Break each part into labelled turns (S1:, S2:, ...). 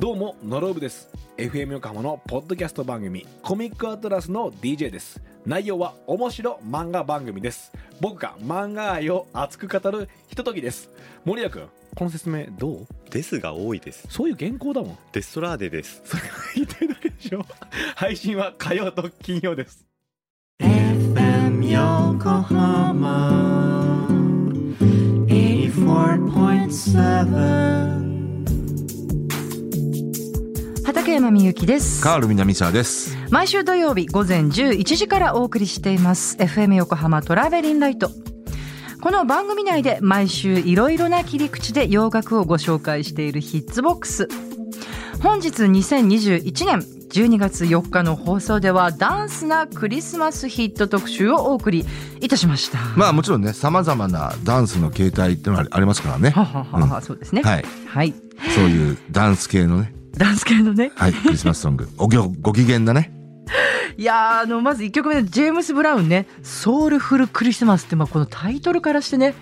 S1: どうもノロブです FM 横浜のポッドキャスト番組コミックアトラスの DJ です内容は面白漫画番組です僕が漫画愛を熱く語るひとときです森谷君この説明どう
S2: ですが多いです。
S1: そういう原稿だもん
S2: デストラーデです。
S1: それが言ってるだけでしょ配信は火曜と金曜です
S3: FM Yokohama 84.7
S4: 畠山みゆきです
S5: カール南沢です。
S4: 毎週土曜日午前11時からお送りしています FM 横浜トラベリンライトこの番組内で毎週いろいろな切り口で洋楽をご紹介しているヒッツボックス本日2021年12月4日の放送ではダンスなクリスマスヒット特集をお送りいたしました
S5: まあもちろんね、様々なダンスの形態ってのはありますからね。
S4: はははは、 そうですね
S5: はい。
S4: はい、
S5: そういうダンス系のね、
S4: ダンス系のね
S5: はい、クリスマスソング。 おぎょご機嫌だね。
S4: いやーあのまず1曲目のジェームス・ブラウンね「ソウルフルクリスマス」ってまあこのタイトルからしてね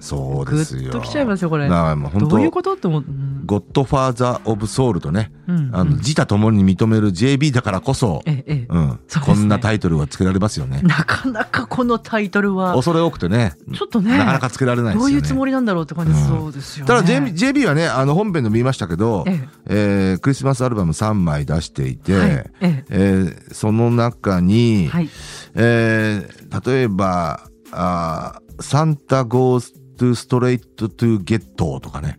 S5: そう
S4: グ
S5: ですよ。
S4: ッときちゃいますよこれ
S5: だからもう本当
S4: どういうことって思ううん
S5: ゴッドファーザー・オブ・ソウルとね、
S4: うん
S5: あ
S4: う
S5: の
S4: ん
S5: 自他ともに認める JB だからこそ、
S4: えええ
S5: うん、
S4: そうですね
S5: こんなタイトルはつけられますよね
S4: え。なかなかこのタイトルは
S5: 恐れ多くてね、
S4: ちょっとね
S5: なかなかつけられないです
S4: どう
S5: よね。
S4: いうつもりなんだろうって感じ
S5: うん
S4: そうですよね
S5: ただ JB, JB はね、あの本編でも言いましたけど、
S4: え
S5: えークリスマスアルバム3枚出していて、
S4: はいええ
S5: えーその中に、
S4: はい
S5: えー例えばあー「サンタ・ゴース・トゥ・ストレイト・トゥ・ゲット」とかね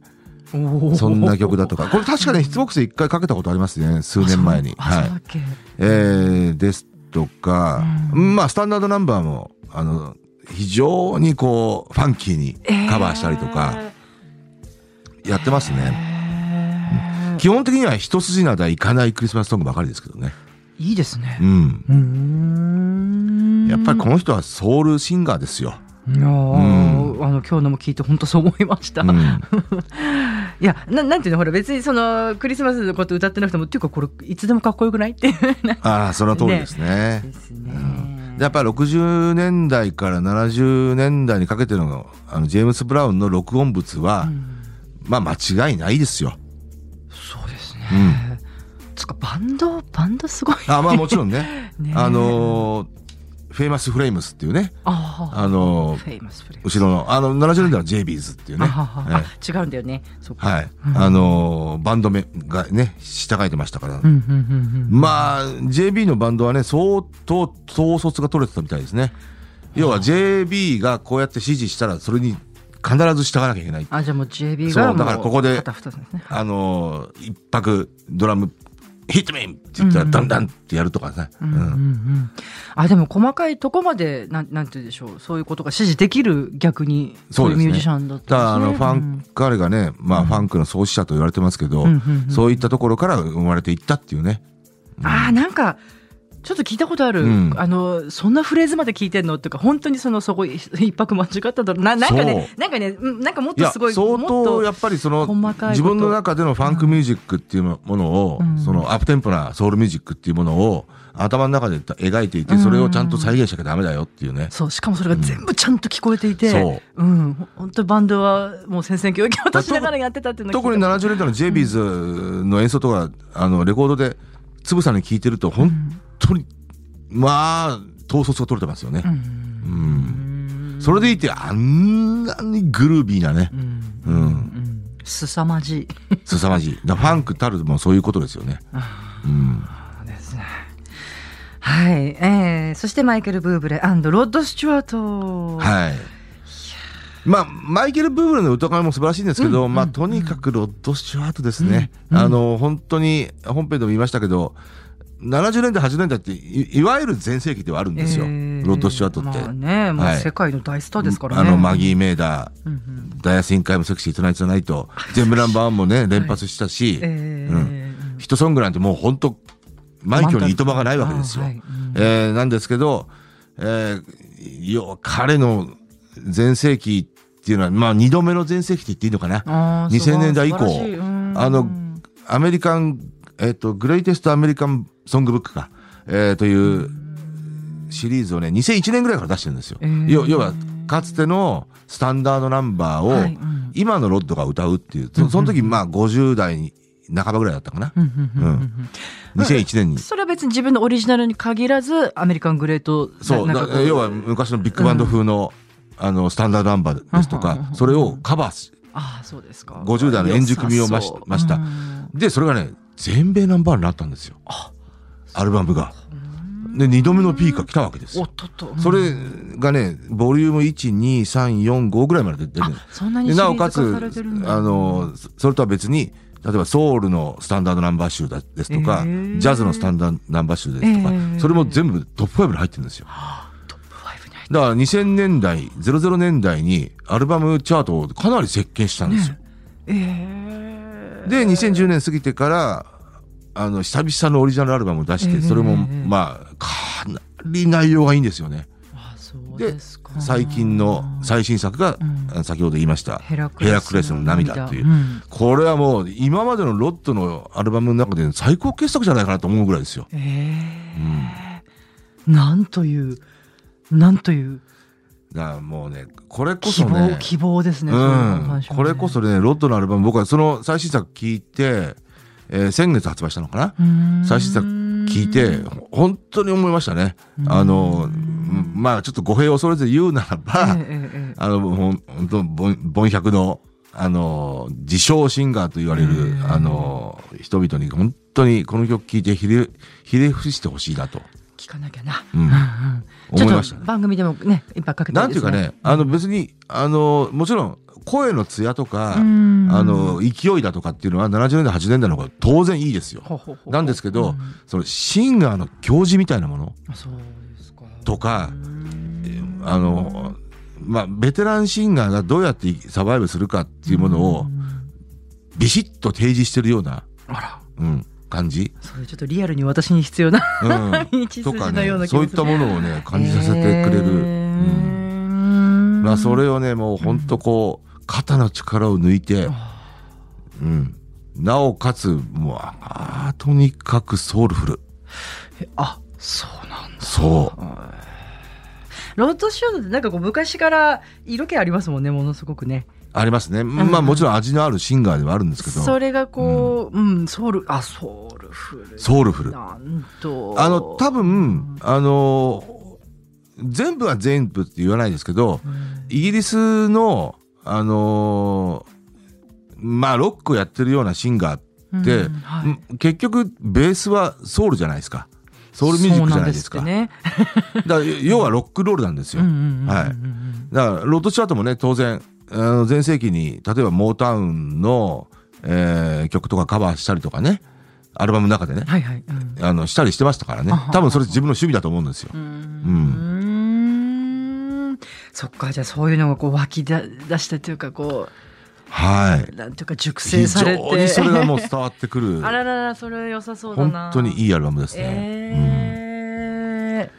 S4: おー
S5: そんな曲だとかこれ確かねヒッツボックスで一回かけたことありますね数年前に。
S4: あそうあ
S5: はい
S4: そうだっけ
S5: えーですとか、
S4: うん
S5: まあスタンダードナンバーもあの非常にこうファンキーにカバーしたりとかやってますね。
S4: えー
S5: 基本的には一筋縄ではいかないクリスマスソングばかりですけどね。
S4: いいですね
S5: うん。
S4: うーん
S5: やっぱりこの人はソウルシンガーですよ。
S4: いやー
S5: うん
S4: あの今日のも聞いて本当そう思いました、
S5: うん
S4: いやななんていうのほら別にそのクリスマスのこと歌ってなくてもっていうかこれいつでもかっこよくないっていう
S5: ああ、その通りですね。
S4: ですね
S5: でやっぱり60年代から70年代にかけてのあのジェームス・ブラウンの録音物は、
S4: うん
S5: まあ間違いないですよ。
S4: そうです
S5: う
S4: ね、
S5: ん、
S4: つかバンドバンドすごい
S5: あまあもちろんね
S4: ね
S5: あのーフェイマス・フレイムスっていうね、
S4: ああ
S5: あのー
S4: フェイマスプレイ
S5: 後ろのあの70年代はジェイビーズっていうね、
S4: あはは
S5: ええ
S4: あ違うんだよねそっか
S5: はい
S4: うん
S5: あのーバンド名がね従えてましたから、
S4: うんうんうんうん
S5: まあ JB のバンドはね相当統率が取れてたみたいですね要は JB がこうやって指示したらそれに必ず従わなきゃいけない
S4: あじゃあもう JB
S5: そ
S4: が
S5: うだからここで
S4: 肩二つですね
S5: あのー一泊ドラムヒットメインって言ったら
S4: うん
S5: ダンダンってやるとかね、
S4: うんうんう
S5: うん
S4: んあでも細かいとこまでなんなんて言うでしょうそういうことが支持できる逆に
S5: そ
S4: そう
S5: う
S4: い
S5: で
S4: う
S5: すね
S4: ミュージシャンだった
S5: ただあ
S4: ん
S5: の
S4: です
S5: ファン、彼がね、まあ、ファンクの創始者と言われてますけど、
S4: うんうんうん
S5: そういったところから生まれていったっていうね
S4: うんあーなんかちょっと聞いたことある、
S5: うん
S4: あのそんなフレーズまで聞いてんのっていうか本当にそのそこい一泊間違っただろうななんかねなんかねうんなんかもっ
S5: い
S4: と
S5: や
S4: すご
S5: 相
S4: いもっ
S5: 当
S4: と
S5: やっぱりその
S4: 細かいこと
S5: 自分の中でのファンクミュージックっていうものを、
S4: うん
S5: そのアップテンポなソウルミュージックっていうものを頭の中で描いていてそれをちゃんと再現しなきゃダメだよっていうね、
S4: そうしかもそれが全部ちゃんと聞こえていて、
S5: そう
S4: うんほ本当にバンドはもう戦々恐々としながらやってたっていうのを聞いた
S5: 特に70年代の j b ズの演奏とかあのレコードでつぶさに聴いてると本当に、まあ統率が取れてますよね、うんそれでいてあんなにグルービーなね、うん、
S4: 凄まじい
S5: 凄まじい。だからファンクたるもそういうことですよね。うん。
S4: ですねはい、えー、そしてマイケル・ブーブレロッド・スチュワート
S5: はい。まあ、マイケル・ブーブレの歌声も素晴らしいんですけど、まあ、とにかくロッド・スチュワートですね。あの、本当に、本編でも言いましたけど、70年代、80年代ってい、いわゆる全盛期ではあるんですよ。
S4: えー
S5: ロッド・スチュワートって。
S4: まあね、もう
S5: はい
S4: 世界の大スターですからね。
S5: あの、マギー・メイダー、
S4: うんうん
S5: ダイアス・イン・カイム・セクシー・トゥナイト・ナイト、全部ナンバーワンもね、連発したし、
S4: えー
S5: ヒットソングなんてもう本当、枚挙にいとまがないわけですよ。
S4: あはいうん
S5: えーなんですけど、えー要は彼の全盛期っていうのは、まあ、2度目の全盛期って言っていいのかな。
S4: あーすごい
S5: 2000年代以降
S4: 素晴らしいうん
S5: あの、アメリカン、えっ、と、グレイテストアメリカンソングブックか、えーというシリーズをね、2001年ぐらいから出してるんですよ。
S4: えー
S5: 要要は、かつてのスタンダードナンバーを、
S4: はいうん
S5: 今のロッドが歌うっていう、そその時、まあ、50代に半ばぐらいだったかな、
S4: うんうんうんうんうん
S5: 2001年に
S4: それは別に自分のオリジナルに限らずアメリカングレート
S5: そう
S4: なな
S5: だ
S4: んかこう
S5: 要は昔のビッグバンド風の,、あのスタンダードナンバーですと
S4: うんうんうん
S5: か
S4: うん
S5: それをカバーし
S4: ああそうですか
S5: 50代の円熟味を増し
S4: 良さそう
S5: 増した
S4: うん
S5: でそれがね全米ナンバーになったんですよアルバムが。で2度目のピークが来たわけです
S4: お
S5: よ
S4: っ。とっと
S5: それがねボリューム12345ぐらいまで出てる
S4: あそんなに
S5: で
S4: シリ
S5: なお
S4: ー
S5: か
S4: ズ化
S5: つ
S4: されてるんだ
S5: あのそそれとは別に例えばソウルのスタンダードナンバー集だですとか、
S4: えー
S5: ジャズのスタンダードナンバー集ですとか、
S4: えー
S5: それも全部トップ5に入ってるんですよ。
S4: トップ5に入って
S5: だから2000年代00年代にアルバムチャートをかなり席巻したんですよ。
S4: ええ
S5: で2010年過ぎてからあの久々のオリジナルアルバムを出し
S4: ええ
S5: てそれもまあかなり内容がいいんですよね。
S4: あそう
S5: で
S4: ですか
S5: 最近の最新作が
S4: う
S5: 先ほど言いました「
S4: ヘ
S5: ヘ
S4: ラ
S5: ラ
S4: ク
S5: ク
S4: レスの
S5: レスの涙」といううんこれはもう今までのロットのアルバムの中で最高傑作じゃないかなと思うぐらいですよ。
S4: ええなんというなんという
S5: だからもうねこれこ
S4: 希
S5: そ
S4: 望、
S5: ね
S4: 希望ですね、
S5: うん、これこそ
S4: で
S5: ねロッドのアルバム僕はその最新作聞いて、えー先月発売したのかな、最新作聞いてほ本当に思いましたね。あのうんまあちょっと語弊を恐れず言うならば、
S4: ええええ
S5: あのほん本当ボンボン100のあの自称シンガーと言われる、あの人々に本当にこの曲聞いてひれひれ伏してほしいなと、
S4: 聞かなきゃな、
S5: うん
S4: ち
S5: 思い
S4: ょっ
S5: ました
S4: と
S5: ね。
S4: 番組でもねいっぱいかけて
S5: なんていうかね、あの別に、あの、もちろん声の艶とか、あ
S4: ん
S5: の、勢いだとかっていうのは70年代、80年代の方が当然いいですよ。
S4: ほうほうほう
S5: なんですけど、そのシンガーの行事みたいなもの
S4: あそうですか
S5: とか、えーあの、まあ、ベテランシンガーがどうやってサバイブするかっていうものを、ビシッと提示してるような、
S4: あら
S5: うん、感じ。
S4: それちょっとリアルに私に必要な
S5: うん
S4: 一
S5: と
S4: 筋
S5: か
S4: のような
S5: ね、
S4: 気が
S5: そういっ
S4: する
S5: たものをね、感じさせてくれる。うんまあそれをねもうほんとこう肩の力を抜いて、うん、なおかつもうあーとにかくソウルフル
S4: あそうなんだ
S5: そう
S4: ロッドショードってなんかこう昔から色気ありますもんねものすごくね
S5: ありますねまあもちろん味のあるシンガーではあるんですけど
S4: それがこう、うんソウルあソウルフル
S5: ソウルフル
S4: なんと
S5: あの多分あの全部は全部って言わないですけどイギリスのあのまあロックをやってるようなシンガーってで、
S4: うんはい
S5: うん結局ベースはソウルじゃないですかソウルミュージックじゃないですか
S4: そうなんですってね
S5: だから要はロックンロールなんですよ、
S4: うんうんうんうんうん
S5: はいだからロッドチャートもね当然あの前世紀に例えばモータウンの、えー曲とかカバーしたりとかねアルバムの中でね、
S4: はいはい、うん
S5: あのしたりしてましたからね多分それ自分の趣味だと思うんですよ、
S4: うーんそっかじゃあそういうのがこう湧き出出してというかこ
S5: はい、
S4: うなんというか熟
S5: 非
S4: 成されて
S5: 常にそれがもう伝わってくる
S4: あらららそれ良さそうだな
S5: 本当に
S4: い
S5: いいアルバムですね、うん
S4: えー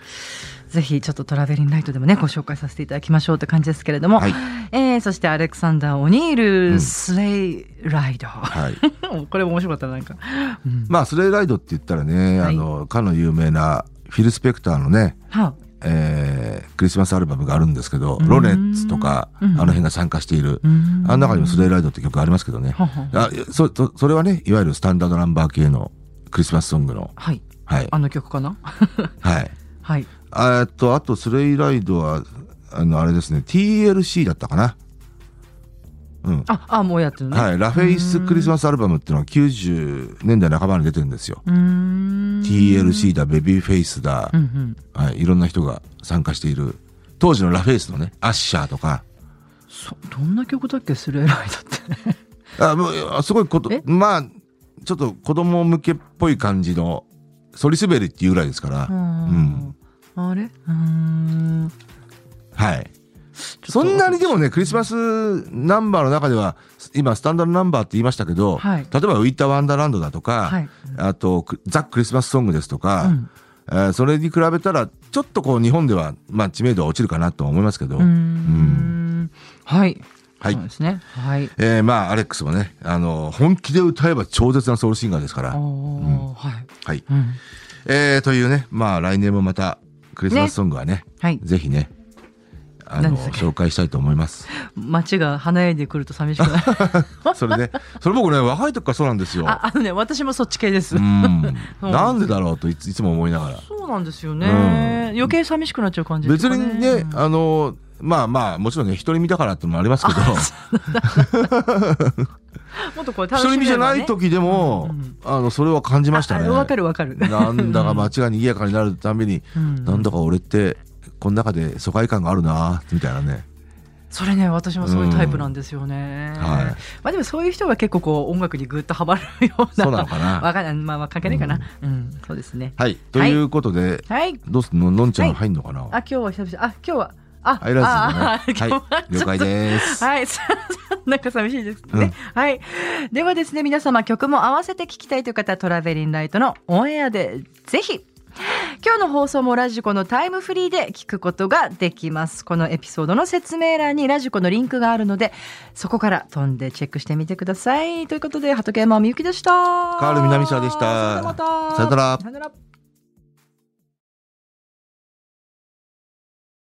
S4: ぜひちょっとトラベリンライトでもねご紹介させていただきましょうって感じですけれども、
S5: はい
S4: えーそしてアレクサンダー・オニール、
S5: うん
S4: スレイ・ライド
S5: はい
S4: これも面白かったななんか、うん
S5: まあスレイライドって言ったらね、
S4: はい
S5: あのかの有名なフィル・スペクターのね、
S4: は
S5: えークリスマスアルバムがあるんですけど「ロネッツ」とかあ
S4: うん
S5: の辺が参加している
S4: あうん
S5: あの中にも「スレイライド」って曲がありますけどね
S4: はは
S5: あそそそれはねいわゆるスタンダードナンバー系のクリスマスソングの
S4: はい
S5: はい
S4: あの曲かな
S5: はい
S4: はい
S5: あえっとあと「スレイライドは」あのあれですね TLC だったかなうん
S4: ああもうやってるね、
S5: はい、ラフェイスクリスマスアルバムっていうのは90年代半ばに出てるんですよ。
S4: うーん
S5: TLC だベビーフェイスだ、
S4: うんうん
S5: はい、いろんな人が参加している当時のラフェイスのねアッシャーとか
S4: そどんな曲だっけスレイライドって
S5: あもうあすごいこと
S4: え
S5: まあちょっと子供向けっぽい感じのそりすべりっていうぐらいですから、
S4: うん あれうーん
S5: はいそんなにでもねクリスマスナンバーの中では今スタンダードナンバーって言いましたけど、
S4: はい
S5: 例えば「ウィンター・ワンダーランド」だとか、
S4: はい
S5: あとク「ザ・クリスマスソング」ですとか、
S4: うん
S5: えーそれに比べたらちょっとこう日本では、まあ、知名度は落ちるかなとは思いますけど、
S4: うーんはい
S5: はい
S4: そうですねはい
S5: えーまあアレックスもねあの本気で歌えば超絶なソウルシンガーですか
S4: お
S5: ら、
S4: ーはい
S5: はい
S4: うん
S5: えーというねまあ来年もまたクリスマスソングはね
S4: はい
S5: ぜひねあの
S4: 何でしたっけ
S5: 紹介したいと思います。
S4: 街が華やいでくると寂しくなる
S5: それで、それ僕ね若い時からそうなんですよ。
S4: ああのね私もそっち系です、、
S5: うん
S4: そう
S5: なんでだろうといついつも思いながら。
S4: そうなんですよね、
S5: うん
S4: 余計寂しくなっちゃう感じです
S5: 別
S4: かね
S5: にね、あのまあまあもちろんね一人身だからってのもありますけど、
S4: もっとこれ
S5: 一
S4: 楽し
S5: 人
S4: み
S5: 身じゃない時でも、
S4: うんうん
S5: あのそれは感じましたね。
S4: わかるわかる
S5: なんだか街が賑やかになるために、
S4: うん
S5: なんだか俺ってこの中で疎外感があるなみたい なね。
S4: それね私もそういうタイプなんですよね、
S5: うんはい
S4: まあでもそういう人が結構こう音楽にぐっとはまるような
S5: そうなのかな
S4: わかんないまあまあ関係ないかなうん、そうですね
S5: はい。ということで、
S4: はい
S5: どうすんののんちゃん入んのかな。
S4: あ今日は久々あ今日はあ
S5: 入らず
S4: あ
S5: にね。
S4: あ
S5: は
S4: 今
S5: い。
S4: 日
S5: 了
S4: は
S5: 解
S4: ちょっと
S5: です。
S4: はい、 ささなんか寂しいですね、
S5: うん
S4: はい。ではですね、皆様曲も合わせて聞きたいという方、トラベリンライトのオンエアでぜひ。今日の放送もラジコのタイムフリーで聞くことができます。このエピソードの説明欄にラジコのリンクがあるので、そこから飛んでチェックしてみてください。ということで、鳩山みゆきでした。
S5: カール南沢でした
S4: それではまた。
S5: さよなら
S4: さよなら。